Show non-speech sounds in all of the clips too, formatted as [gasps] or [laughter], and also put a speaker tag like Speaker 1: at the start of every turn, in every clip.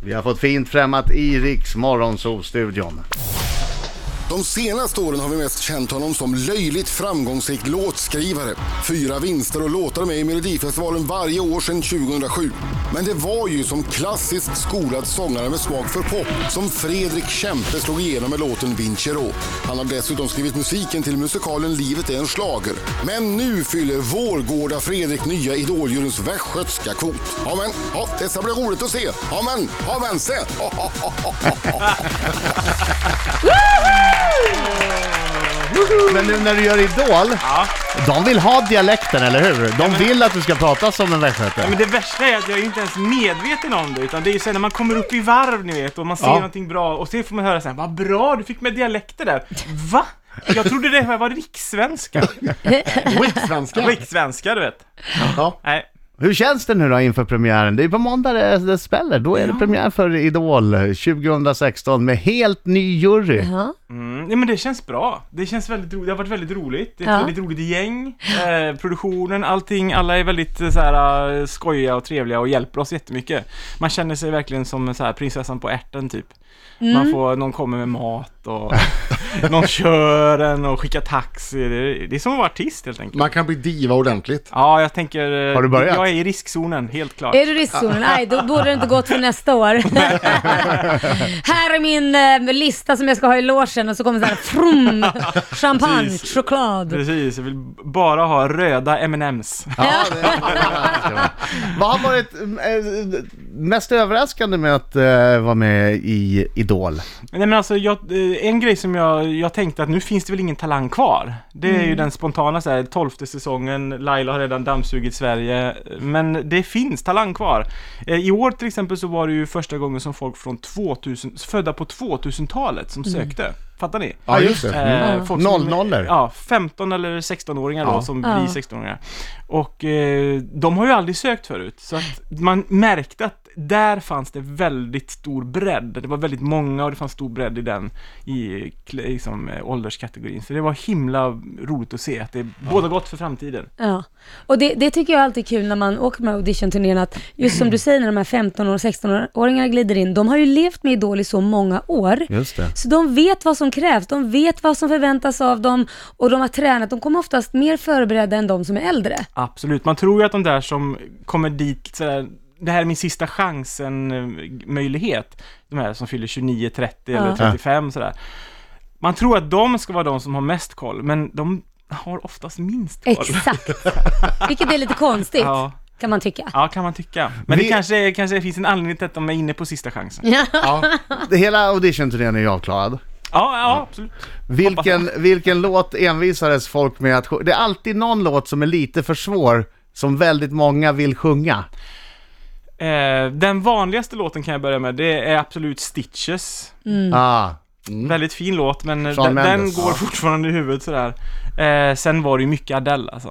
Speaker 1: Vi har fått fint främmat i Riks Morgonzoo-studion.
Speaker 2: De senaste åren har vi mest känt honom som löjligt framgångsrik låtskrivare. Fyra vinster och låtar med i Melodifestivalen varje år sedan 2007. Men det var ju som klassiskt skolad sångare med smak för pop som Fredrik Kempe slog igenom med låten Vincero. Han har dessutom skrivit musiken till musikalen Livet är en slager. Men nu fyller Vårgårda Fredrik nya idoljuryns västgötska kvot. Ja men, ja, det ska bli roligt att se. Ja men, ja men se. [laughs] Ja, ja, ja, ja, ja.
Speaker 1: Men nu när du gör Idol,
Speaker 3: Ja.
Speaker 1: de vill ha dialekten, eller hur? De vill att du ska prata som en västgöte.
Speaker 3: Men det värsta är att jag är inte ens medveten om det, utan det är ju sen när man kommer upp i varv ni vet, och man ser
Speaker 1: Ja.
Speaker 3: någonting bra, och så får man höra såhär Vad bra, du fick med dialekter där! Va? Jag trodde det här var rikssvenska.
Speaker 1: Skitsvenska.
Speaker 3: Rikssvenska, du vet.
Speaker 1: Ja.
Speaker 3: Nej.
Speaker 1: [laughs] Hur känns det nu då inför premiären? Det är på måndag det, det smäller. Då är det premiär för Idol 2016 med helt ny jury.
Speaker 4: Ja.
Speaker 3: Mm, nej men det känns bra. Det känns väldigt roligt. Det har varit väldigt roligt. Det är ett
Speaker 4: Ja.
Speaker 3: väldigt roligt gäng. Eh, produktionen, allting. Alla är väldigt eh, så här, eh, skojiga och trevliga och hjälper oss jättemycket. Man känner sig verkligen som eh, så här, prinsessan på ärten typ.
Speaker 4: Mm.
Speaker 3: Man får, någon kommer med mat och [laughs] någon kör en och skickar taxi. Det, det är som att vara artist helt enkelt.
Speaker 5: Man kan bli diva ordentligt.
Speaker 3: Ja, jag tänker... eh,
Speaker 1: Har du börjat?
Speaker 3: Jag är i riskzonen, helt klart.
Speaker 4: Är du i riskzonen? Nej, då borde det inte gått för nästa år. här är min eh, lista som jag ska ha i logen och så kommer så här frum, champagne,
Speaker 3: Precis.
Speaker 4: choklad.
Speaker 3: Precis, jag vill bara ha röda M&M's.
Speaker 1: Ja, det, det Vad har varit eh, mest överraskande med att eh, vara med i Idol?
Speaker 3: Nej men alltså, jag, eh, en grej som jag, jag tänkte att nu finns det väl ingen talang kvar. Det är ju den spontana så här, tolfte säsongen, Laila har redan dammsugit Sverige. Men det finns talang kvar. Eh, I år till exempel så var det ju första gången som folk från 2000, födda på 2000-talet som sökte. Fattar ni?
Speaker 5: Ja, just det.
Speaker 3: Eh,
Speaker 4: Mm.
Speaker 3: folk som-
Speaker 1: Nollnollor.
Speaker 3: Ja, 15 eller 16-åringar då
Speaker 1: Ja.
Speaker 3: som
Speaker 4: Ja.
Speaker 3: blir 16-åringar. Och eh, de har ju aldrig sökt förut, så att man märkte att där fanns det väldigt stor bredd. Det var väldigt många och det fanns stor bredd i den i, kl- liksom, eh, ålderskategorin. Så det var himla roligt att se att det båda gott för framtiden.
Speaker 4: Ja, och det, det tycker jag alltid är kul när man åker med auditionturnéerna att just som du säger när de här 15 och 16-åringarna glider in, de har ju levt med Idol i så många år.
Speaker 1: Just det.
Speaker 4: Så de vet vad som krävs, de vet vad som förväntas av dem och de har tränat. De kommer oftast mer förberedda än de som är äldre.
Speaker 3: Absolut, man tror ju att de där som kommer dit sådär, det här är min sista chansen-möjlighet, de här som fyller 29, 30 eller
Speaker 4: Ja.
Speaker 3: 35 sådär. Man tror att de ska vara de som har mest koll, men de har oftast minst koll.
Speaker 4: Exakt. Vilket är lite konstigt,
Speaker 3: Ja.
Speaker 4: kan man tycka.
Speaker 3: Ja, kan man tycka. Men
Speaker 1: Vi-
Speaker 3: det kanske, kanske finns en anledning till att de är inne på sista chansen. Ja,
Speaker 1: Det- Hela auditionturnén är ju avklarad.
Speaker 3: ja, absolut.
Speaker 1: Vilken, vilken låt envisades folk med att sjunga? Det är alltid någon låt som är lite för svår, som väldigt många vill sjunga.
Speaker 3: Eh, den vanligaste låten kan jag börja med, det är absolut Stitches.
Speaker 1: Ah,
Speaker 3: Väldigt fin låt, men eh,
Speaker 1: Shawn
Speaker 3: den, den
Speaker 1: Mendes.
Speaker 3: går
Speaker 1: Ja.
Speaker 3: fortfarande i huvudet sådär. Eh, sen var det ju mycket Adele alltså.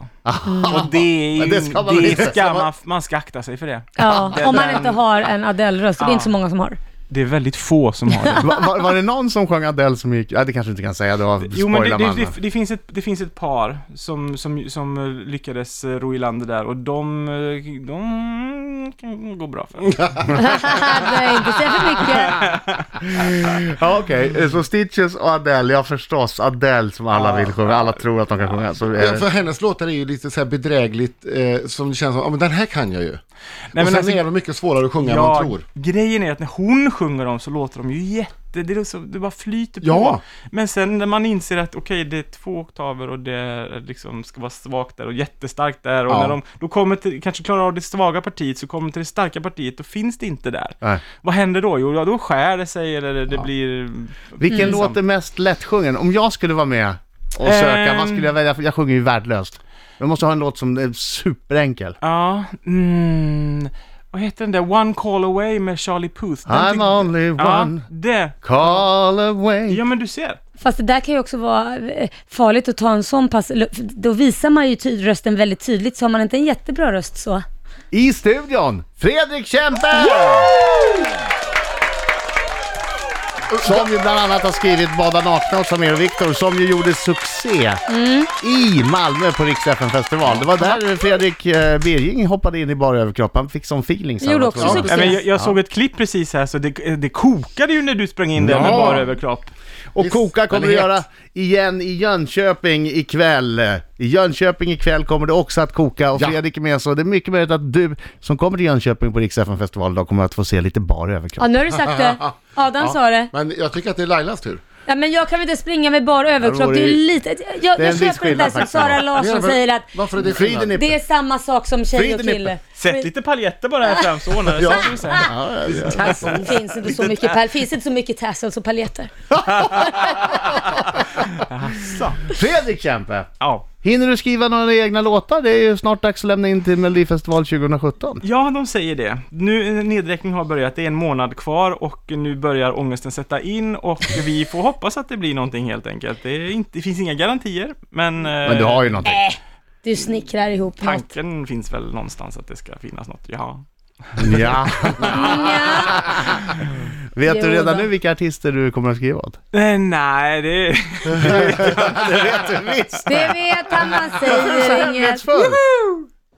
Speaker 3: Och det är ju,
Speaker 1: Men
Speaker 3: det ska man,
Speaker 1: väl inte- ska man-
Speaker 3: man, man ska akta sig för det.
Speaker 4: Ja,
Speaker 3: Den-
Speaker 4: om man inte har en Adele-röst, och det är inte så många som har. [laughs]
Speaker 3: Det är väldigt få som har det.
Speaker 1: [laughs] Va- var, var det någon som sjöng Adele som gick... Ja, det kanske du inte kan säga, då
Speaker 3: Jo men det,
Speaker 1: spoilar
Speaker 3: det,
Speaker 1: man.
Speaker 3: det, det, finns ett, det finns ett par som, som, som eh, lyckades eh, ro i land det där och de, eh, de kan gå bra för
Speaker 4: Nej, inte säga för mycket.
Speaker 1: Ja, okej. Så Stitches och Adele, ja förstås. Adele som alla
Speaker 3: Ah.
Speaker 1: vill sjunga. Alla tror att de kan sjunga. Så, eh,
Speaker 5: Ja, för hennes låtar är ju lite så här bedrägligt, eh, som det känns som, ja men den här kan jag ju.
Speaker 3: men
Speaker 5: och sen
Speaker 3: alltså-
Speaker 5: är de mycket svårare att sjunga än man tror.
Speaker 3: grejen är att när hon sjunger dem så låter de ju jätte... Det, är så, det bara flyter på.
Speaker 5: Ja.
Speaker 3: Men sen när man inser att okej, det är två oktaver och det är liksom ska vara svagt där och jättestarkt där och
Speaker 5: Ja.
Speaker 3: när de då kommer till, kanske klarar av det svaga partiet så kommer de till det starka partiet och finns det inte där.
Speaker 1: Nej.
Speaker 3: Vad händer då? Jo, ja, då skär det sig eller det, det blir...
Speaker 1: vilken låt är mest lättsjungen? Om jag skulle vara med och söka,
Speaker 3: Mm. Ehm.
Speaker 1: vad skulle jag välja? För Jag sjunger ju värdelöst. Jag måste ha en låt som är superenkel.
Speaker 3: Ja, mm, Vad heter den där? One Call Away med Charlie Puth. Den tyck-
Speaker 1: I'm only
Speaker 3: Ja,
Speaker 1: one
Speaker 3: det.
Speaker 1: call away.
Speaker 3: Ja, men du ser.
Speaker 4: Fast det där kan ju också vara eh, farligt att ta en sån pass. Då visar man ju ty- rösten väldigt tydligt, så har man inte en jättebra röst så.
Speaker 1: I studion, Fredrik Kempe! Som ju bland annat har skrivit Bada nakna åt Samir och Viktor, som ju gjorde succé i Malmö på Rix FN festival. Det var där Fredrik eh, Birging hoppade in i bara överkropp. Han fick sån feeling sen.
Speaker 4: Gjorde
Speaker 1: Jag tror
Speaker 4: också
Speaker 1: det var.
Speaker 4: succé.
Speaker 3: Nej, men jag, jag såg ett klipp precis här så det, det kokade ju när du sprang in där med
Speaker 5: Ja.
Speaker 3: bara överkropp.
Speaker 1: Och Koka kommer att
Speaker 5: Visst, den är
Speaker 1: göra igen i Jönköping ikväll. I Jönköping ikväll kommer det också att koka och
Speaker 5: Ja.
Speaker 1: Fredrik är med så det är mycket möjligt att du som kommer till Jönköping på Rix FN festival idag kommer att få se lite bar överkropp.
Speaker 4: Ja, nu har du
Speaker 1: [laughs]
Speaker 4: sagt det. Adam sa det.
Speaker 5: Men jag tycker att det är Lailas tur.
Speaker 4: Ja, men jag kan väl inte springa med bara överkropp.
Speaker 1: vore
Speaker 4: Det är
Speaker 1: ju-
Speaker 4: lite... Jag,
Speaker 1: Det är
Speaker 4: jag
Speaker 1: en viss
Speaker 4: köper det där
Speaker 1: skillnad
Speaker 4: som
Speaker 1: faktiskt.
Speaker 4: Sara Larsson
Speaker 5: Varför-
Speaker 4: säger att
Speaker 5: Varför är det skillnad?
Speaker 1: Friden är...
Speaker 4: det är samma sak som tjej och
Speaker 1: Friden är-
Speaker 4: kille.
Speaker 3: Sätt lite paljetter bara här fram så ordnar det sig. ska vi se.
Speaker 4: Det finns inte så mycket, pal- finns inte så mycket tassels och paljetter.
Speaker 3: Så.
Speaker 1: [laughs] Fredrik Kämpe!
Speaker 3: Ja.
Speaker 1: Hinner du skriva några egna låtar? Det är ju snart dags att lämna in till Melodifestival 2017.
Speaker 3: Ja, de säger det. Nu eh, nedräkning har börjat, det är en månad kvar och nu börjar ångesten sätta in och vi får hoppas att det blir någonting helt enkelt. Det, är inte, det finns inga garantier, men, eh,
Speaker 1: Men du har ju någonting.
Speaker 4: Du snickrar ihop något.
Speaker 3: tanken finns väl någonstans att det ska finnas något. Ja.
Speaker 4: Eh.
Speaker 1: [laughs] Ja.
Speaker 4: Nja.
Speaker 1: Vet du
Speaker 4: Jo
Speaker 1: redan
Speaker 4: då.
Speaker 1: nu vilka artister du kommer att skriva åt?
Speaker 3: Eh, nej, det...
Speaker 4: Det vet han, man
Speaker 3: [laughs]
Speaker 4: säger inget.
Speaker 1: Hemlighetsfull.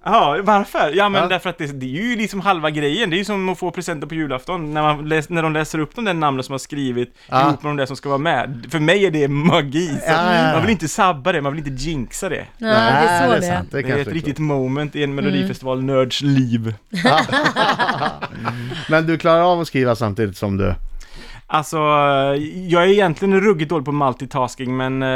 Speaker 3: Ja, varför? Ja, men
Speaker 1: Ja.
Speaker 3: därför att det, det är ju liksom halva grejen. Det är ju som att få presenter på julafton, när, man läs, när de läser upp de där namnen som har skrivit
Speaker 1: Ja.
Speaker 3: ihop med de där som ska vara med. För mig är det magi. Så
Speaker 1: Ja, ja, ja.
Speaker 3: Man vill inte sabba det, man vill inte jinxa det.
Speaker 4: Ja, det är så det är.
Speaker 1: sant. Det
Speaker 3: Det är
Speaker 1: kanske
Speaker 3: ett
Speaker 1: är
Speaker 3: riktigt moment i en Melodifestival-nörds liv.
Speaker 1: Men du klarar av att skriva samtidigt som du...
Speaker 3: Alltså, eh, jag är egentligen ruggigt dålig på multitasking, men eh,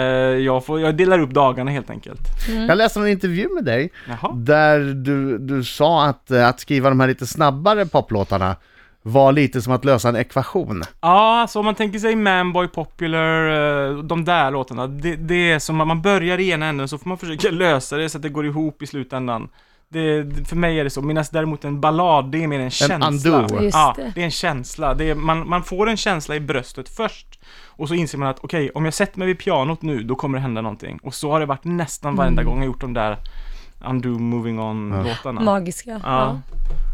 Speaker 3: jag, får, jag delar upp dagarna helt enkelt.
Speaker 4: Mm.
Speaker 1: Jag läste en intervju med dig
Speaker 3: Jaha.
Speaker 1: där du, du sa att, eh, att skriva de här lite snabbare poplåtarna var lite som att lösa en ekvation.
Speaker 3: Ja, alltså om man tänker sig Manboy, Popular, eh, de där låtarna. Det, det är som att man börjar i ena änden så får man försöka [laughs] lösa det så att det går ihop i slutändan. Det, det- för mig är det så, medan däremot en ballad, det är mer en känsla.
Speaker 1: undo.
Speaker 4: Just
Speaker 3: ja,
Speaker 4: det.
Speaker 3: det är en känsla. Det är, man, man får en känsla i bröstet först. Och så inser man att okej, om jag sätter mig vid pianot nu, då kommer det hända någonting. Och så har det varit nästan varenda
Speaker 4: Mm.
Speaker 3: gång jag gjort de där Undo, Moving On-låtarna.
Speaker 4: Magiska.
Speaker 3: Ja.
Speaker 4: Ja.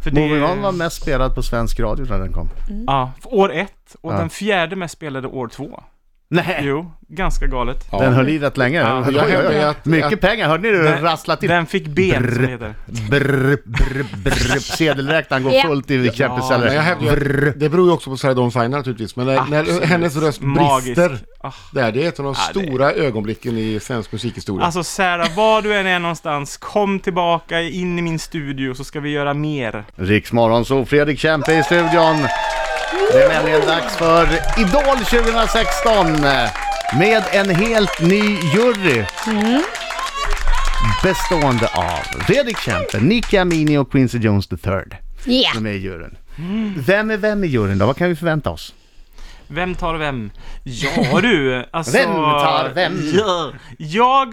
Speaker 3: För det-
Speaker 1: Moving On var mest spelad på svensk radio när den kom.
Speaker 3: Ja, för år ett och
Speaker 1: Ja.
Speaker 3: den fjärde mest spelade år två.
Speaker 1: Nej,
Speaker 3: Jo, ganska galet.
Speaker 5: Ja.
Speaker 1: den höll i rätt länge. [laughs]
Speaker 3: Ja,
Speaker 5: jag hävdar ju att-
Speaker 1: Mycket pengar, hörde ni hur det
Speaker 3: Den-
Speaker 1: rasslade till?
Speaker 3: Den fick ben som
Speaker 1: Brr.
Speaker 3: det heter.
Speaker 1: Brr, brr, brr. Sedelräknaren går
Speaker 4: Ja.
Speaker 1: fullt i Kämpes
Speaker 3: Ja,
Speaker 5: Men jag
Speaker 1: celler.
Speaker 5: hävdar ju att-
Speaker 1: Brr.
Speaker 5: det beror ju också på Sarah Dawn Finer naturligtvis, men när, när
Speaker 3: Absolut.
Speaker 5: hennes röst
Speaker 3: Magisk.
Speaker 5: brister
Speaker 3: Ah.
Speaker 5: där, det är ett av de
Speaker 3: Ja, det-
Speaker 5: stora ögonblicken i svensk musikhistoria.
Speaker 3: Alltså Sarah, var du än är någonstans, kom tillbaka in i min studio så ska vi göra mer.
Speaker 1: Riksmorgon, så Fredrik Kämpe i studion. Det är nämligen dags för Idol 2016 med en helt ny jury. Bestående av Fredrik Kämpe, Nicky Amini och Quincy Jones III.
Speaker 4: Yeah.
Speaker 1: De är i juryn. Vem är vem i juryn då? Vad kan vi förvänta oss?
Speaker 3: Vem tar vem? Ja du, alltså...
Speaker 1: Vem tar vem?
Speaker 3: Ja. [laughs] Jag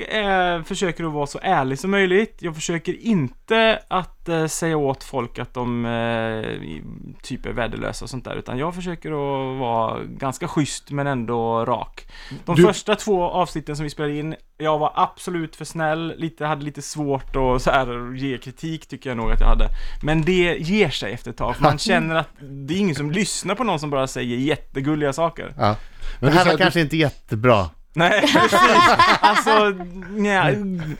Speaker 3: eh, försöker att vara så ärlig som möjligt. Jag försöker inte att eh, säga åt folk att de eh, i- typ är värdelösa och sånt där, utan jag försöker att vara ganska schysst men ändå rak. De
Speaker 5: Du-
Speaker 3: första två avsnitten som vi spelade in, jag var absolut för snäll, lite, hade lite svårt att så här, ge kritik tycker jag nog att jag hade. Men det ger sig efter ett tag, för man känner att det är ingen som lyssnar på någon som bara säger jättegulliga saker.
Speaker 1: Ja.
Speaker 5: men
Speaker 1: Det
Speaker 5: du
Speaker 1: här
Speaker 5: säger
Speaker 1: var
Speaker 5: att du-
Speaker 1: kanske inte jättebra.
Speaker 4: [laughs]
Speaker 3: Nej, precis. Alltså, nja,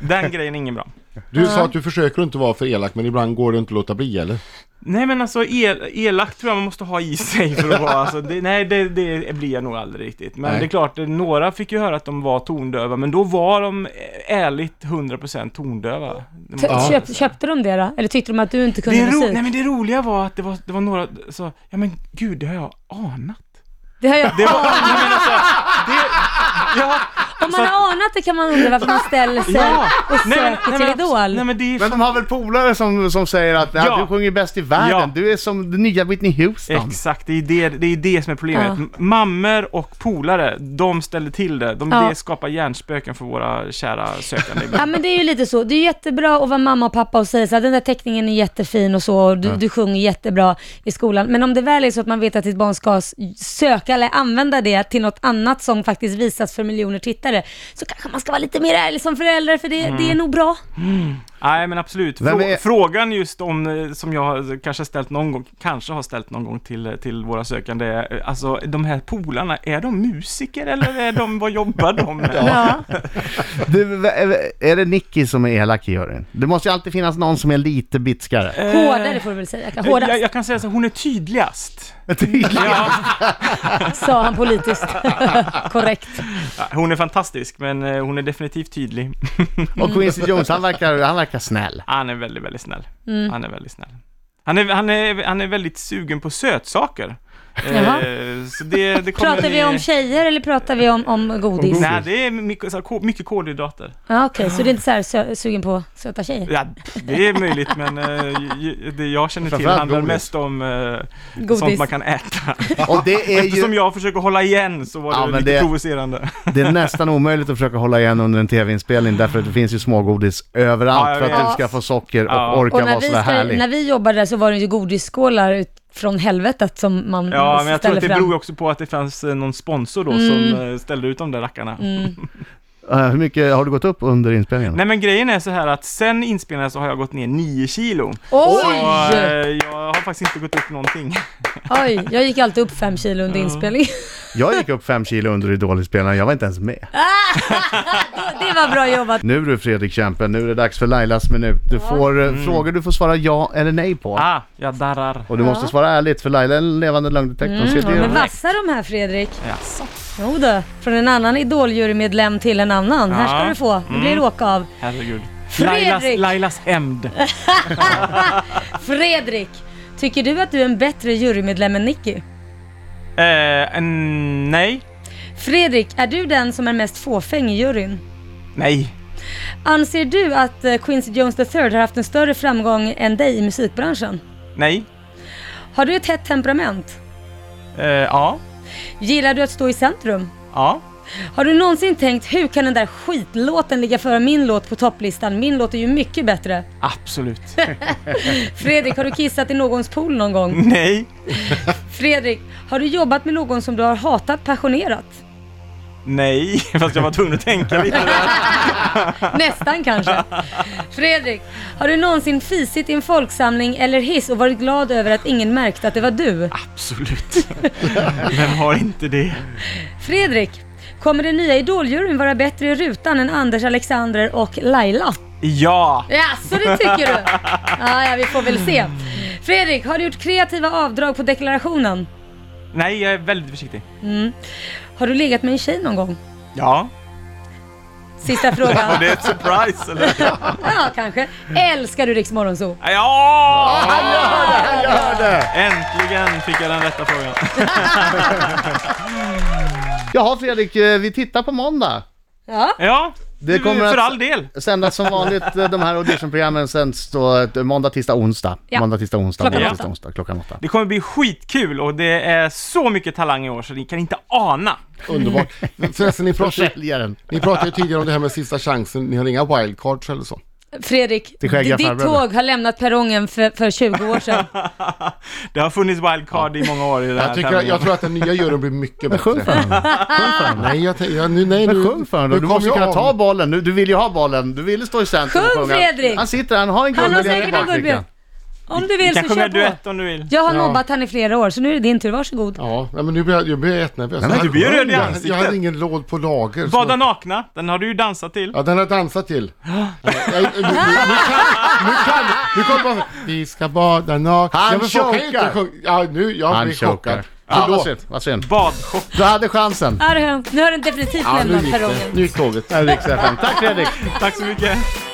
Speaker 3: den grejen är ingen bra.
Speaker 5: Du sa att du försöker inte vara för elak, men ibland går det inte att låta bli, eller?
Speaker 3: Nej men alltså el, elakt tror jag man måste ha i sig för att vara, alltså, det, nej det, det blir jag nog aldrig riktigt. Men
Speaker 5: Nej.
Speaker 3: det är klart, eh, några fick ju höra att de var tondöva, men då var de eh, ärligt 100% tondöva. Det måste
Speaker 4: T-
Speaker 3: jag
Speaker 4: Köp,
Speaker 3: säga.
Speaker 4: köpte de det då? Eller tyckte de att du inte kunde
Speaker 3: det, ro,
Speaker 4: musik?
Speaker 3: nej, men det roliga var att det var, det var några så, ja men gud, det har jag anat.
Speaker 4: Det har jag...
Speaker 3: Det var, nej, men alltså, det, ja,
Speaker 4: Om man har anat det kan man undra varför man ställer sig
Speaker 3: ja.
Speaker 4: och
Speaker 3: Nej, men-
Speaker 4: söker
Speaker 3: nej,
Speaker 4: till
Speaker 3: men abs-
Speaker 4: Idol.
Speaker 3: Nej men det är
Speaker 1: Men de har väl polare som, som säger att ja.
Speaker 3: Ja.
Speaker 1: du sjunger bäst i världen,
Speaker 3: Ja.
Speaker 1: du är som den nya Whitney Houston.
Speaker 3: Exakt, det är det, det är det som är problemet.
Speaker 4: Ja.
Speaker 3: M- Mammor och polare, de ställer till det. De,
Speaker 4: Ja.
Speaker 3: Det skapar hjärnspöken för våra kära
Speaker 4: [laughs]
Speaker 3: sökande.
Speaker 4: Ja men det är ju lite så, det är ju jättebra att vara mamma och pappa och säga så här, den där teckningen är jättefin och så, och du, du sjunger jättebra i skolan. Men om det väl är så att man vet att ditt barn ska s- söka eller använda det till något annat som faktiskt Mm. visas för miljoner tittare, så kanske man ska vara lite mer ärlig som förälder, för det, det är nog bra.
Speaker 3: Nej men absolut.
Speaker 1: Vem
Speaker 3: Frå-
Speaker 1: är-
Speaker 3: Frågan just om, eh, som jag har kanske ställt någon gång, kanske har ställt någon gång till, eh, till våra sökande, är, eh, alltså de här polarna, är de musiker eller är de, vad jobbar
Speaker 1: [laughs]
Speaker 3: de med?
Speaker 4: Ja.
Speaker 1: Du, v- är det Nicky som är elak i juryn? Det måste ju alltid finnas någon som är lite bitskare.
Speaker 3: Eh,
Speaker 4: Hårdare får du väl säga.
Speaker 3: Jag,
Speaker 4: Hårdast,
Speaker 3: jag kan säga så här, hon är tydligast.
Speaker 1: Ja.
Speaker 4: sa
Speaker 3: [laughs]
Speaker 4: han politiskt. Korrekt.
Speaker 3: Ja, Hon är fantastisk, men eh, hon är definitivt tydlig.
Speaker 1: Och Quincy Jones, han verkar, han verkar snäll.
Speaker 3: Han är väldigt, väldigt snäll.
Speaker 4: Mm.
Speaker 3: Han är väldigt snäll. Han är, han är, han är väldigt sugen på sötsaker. Eh,
Speaker 4: Jaha.
Speaker 3: så det, det kommer
Speaker 4: Pratar vi
Speaker 3: ni-
Speaker 4: om tjejer eller pratar vi om, om godis?
Speaker 3: Nej, det är mycket, så här, ko- mycket kolhydrater.
Speaker 4: Ja, Okej, så det är inte så här sö- sugen på söta tjejer?
Speaker 3: Ja, det är möjligt, men eh, ju- det jag känner till
Speaker 1: Framförallt
Speaker 3: handlar
Speaker 1: godis.
Speaker 3: mest om eh,
Speaker 4: Godis.
Speaker 3: sånt man kan äta.
Speaker 1: Och det är
Speaker 3: Eftersom
Speaker 1: ju
Speaker 3: jag försöker hålla igen så var det
Speaker 1: Ja, men
Speaker 3: lite
Speaker 1: det-
Speaker 4: Mm,
Speaker 3: provocerande.
Speaker 1: det är nästan omöjligt att försöka hålla igen under en tv-inspelning därför att det finns ju smågodis
Speaker 3: Ja, jag
Speaker 1: överallt för att
Speaker 4: vet.
Speaker 1: du ska få socker
Speaker 3: Ja.
Speaker 1: och orka
Speaker 4: Och när
Speaker 1: vara
Speaker 4: vi,
Speaker 1: så där
Speaker 4: ska,
Speaker 1: härlig.
Speaker 4: när vi jobbade där så var det ju godisskålar ut från helvetet som man
Speaker 3: Ja, men jag tror
Speaker 4: ställer
Speaker 3: att det
Speaker 4: fram. Mm.
Speaker 3: beror ju också på att det fanns eh, någon sponsor då som eh, ställde ut de där rackarna.
Speaker 1: Eh, Hur mycket har du gått upp under inspelningen?
Speaker 3: Nej men grejen är så här att sen inspelningen så har jag gått ner 9 kilo. Och
Speaker 4: Oj!
Speaker 3: eh, jag har faktiskt inte gått upp någonting.
Speaker 4: Oj! Jag gick alltid upp fem kilo under inspelning.
Speaker 1: Jag gick upp fem kilo under Idol-inspelningen, jag var inte ens med.
Speaker 4: [laughs] det var bra
Speaker 3: [laughs]
Speaker 4: jobbat.
Speaker 1: Nu du Fredrik Kempe, nu är det dags för Lailas minut. Du får eh,
Speaker 4: Mm.
Speaker 1: frågor du får svara ja eller nej på.
Speaker 3: Ah, jag darrar.
Speaker 1: Och du måste svara ärligt, för Laila är en levande lögndetektor. Hon ser
Speaker 4: Mm,
Speaker 1: det.
Speaker 4: [laughs] men vassa de här Fredrik.
Speaker 3: Jaså.
Speaker 4: Jo då, från en annan idoljurymedlem till en annan. Här ska
Speaker 3: Ja. Mm.
Speaker 4: du få, det blir åka av.
Speaker 3: Herregud.
Speaker 4: Fredrik!
Speaker 3: Lailas, Lailas hämnd.
Speaker 4: Fredrik, tycker du att du är en bättre jurymedlem än Nicky?
Speaker 3: Eh, mm, nej.
Speaker 4: Fredrik, är du den som är mest fåfäng i juryn?
Speaker 3: Nej.
Speaker 4: Anser du att eh, Quincy Jones III har haft en större framgång än dig i musikbranschen?
Speaker 3: Nej.
Speaker 4: Har du ett hett temperament?
Speaker 3: Eh, ja.
Speaker 4: Gillar du att stå i centrum?
Speaker 3: Ja.
Speaker 4: Har du någonsin tänkt hur kan den där skitlåten ligga före min låt på topplistan? Min låt är ju mycket bättre.
Speaker 3: Absolut.
Speaker 4: Fredrik, har du kissat i någons pool någon gång?
Speaker 3: [laughs] nej.
Speaker 4: Fredrik, har du jobbat med någon som du har hatat passionerat?
Speaker 3: Nej. [laughs] Fast jag var tvungen att tänka lite där.
Speaker 4: Nästan kanske. Fredrik, har du någonsin fisit i en folksamling eller hiss och varit glad över att ingen märkte att det var du?
Speaker 3: Absolut. [laughs] Vem har inte det?
Speaker 4: Fredrik, kommer den nya idoljuryn vara bättre i rutan än Anders, Alexander och Laila?
Speaker 3: Ja.
Speaker 4: Ja, så det tycker du? Ja, ja, vi får väl se. Fredrik, har du gjort kreativa avdrag på deklarationen?
Speaker 3: Nej, jag är väldigt försiktig.
Speaker 4: Har du legat med en tjej någon gång?
Speaker 3: Ja.
Speaker 4: Sista
Speaker 3: Och
Speaker 4: frågan.
Speaker 3: det är ett surprise [laughs] eller?
Speaker 4: Ja, kanske. Älskar du Rix Morgonzoo?
Speaker 3: Ja!
Speaker 1: Jag gör det!
Speaker 3: Äntligen fick jag den rätta frågan.
Speaker 1: Jaha Fredrik, eh, vi tittar på måndag.
Speaker 4: Ja.
Speaker 3: Ja,
Speaker 1: Det kommer
Speaker 3: för
Speaker 1: att-
Speaker 3: all del.
Speaker 1: Sändas som vanligt, eh, de här auditionprogrammen sänds då eh, måndag, tisdag, onsdag.
Speaker 4: Ja.
Speaker 1: Måndag, tisdag, onsdag,
Speaker 4: Klockan
Speaker 1: måndag,
Speaker 4: åtta.
Speaker 1: tisdag, onsdag, klockan åtta.
Speaker 3: Det kommer bli skitkul och det är så mycket talang i år så ni kan inte ana.
Speaker 5: Underbart.
Speaker 3: [laughs]
Speaker 5: Förresten, ni pratar, ju-
Speaker 1: Försäljaren.
Speaker 5: ni pratade ju tidigare om det här med sista chansen. Ni har inga wildcards eller så?
Speaker 4: Fredrik,
Speaker 1: Till skäggiga
Speaker 4: ditt
Speaker 1: farbröder.
Speaker 4: tåg har lämnat perrongen för, för 20 år sedan.
Speaker 3: Det har funnits wildcard i många år i den här
Speaker 5: Jag, tycker,
Speaker 3: tävlingen.
Speaker 5: jag tror att den nya juryn blir mycket
Speaker 1: Sjung för
Speaker 5: bättre.
Speaker 1: honom. Sjung för honom.
Speaker 5: Nej, jag, tänk- jag, nu, nej,
Speaker 4: Mm.
Speaker 1: Men
Speaker 5: nu-
Speaker 1: sjung för honom då.
Speaker 5: nu
Speaker 1: Du
Speaker 5: kom
Speaker 1: måste
Speaker 5: jag
Speaker 1: kunna
Speaker 5: av.
Speaker 1: ta bollen nu. Du vill ju ha bollen. Du ville stå i centrum
Speaker 4: Sjung,
Speaker 1: och sjunga.
Speaker 4: Fredrik!
Speaker 1: Han sitter här, han har en
Speaker 4: Han har
Speaker 1: guldmedalj i
Speaker 4: säkert en guldbjörn.
Speaker 1: bakfickan.
Speaker 4: Om du
Speaker 3: Du
Speaker 4: vill
Speaker 3: kan
Speaker 4: så
Speaker 3: sjunga
Speaker 4: kör på.
Speaker 3: duett om du vill.
Speaker 4: Jag har
Speaker 5: Ja.
Speaker 4: nobbat han i flera år, så nu är det din tur. Varsågod.
Speaker 5: Ja, nej, men nu blir jag, nu blir jag jättenervös.
Speaker 1: men
Speaker 5: Jag-
Speaker 1: du
Speaker 3: blir ju röd i
Speaker 5: Alltså, jag-
Speaker 3: ansiktet.
Speaker 5: Jag hade ingen låd på lager. så-
Speaker 3: Bada nakna, den har du ju dansat till.
Speaker 5: Ja, den har jag
Speaker 1: [gasps]
Speaker 5: dansat till. Ja, jag- Nu nu- nu kan, nu kan, nu kommer bara Vi ska bada nakna.
Speaker 1: Han
Speaker 5: Ja, men folk kan ju inte
Speaker 1: chokar.
Speaker 5: sjunga. Ja, nu, jag
Speaker 1: Han
Speaker 5: blir chockad.
Speaker 1: chokar. Ja, vad
Speaker 5: Förlåt.
Speaker 1: synd. Vad synd.
Speaker 3: Badchock.
Speaker 1: Du hade chansen.
Speaker 4: Arhön, nu har den definitivt
Speaker 5: Ja, nu
Speaker 4: lämnat
Speaker 5: gick det.
Speaker 4: perrongen.
Speaker 5: Nu gick tåget.
Speaker 1: Riks FM. Tack Fredrik.
Speaker 3: Tack så mycket.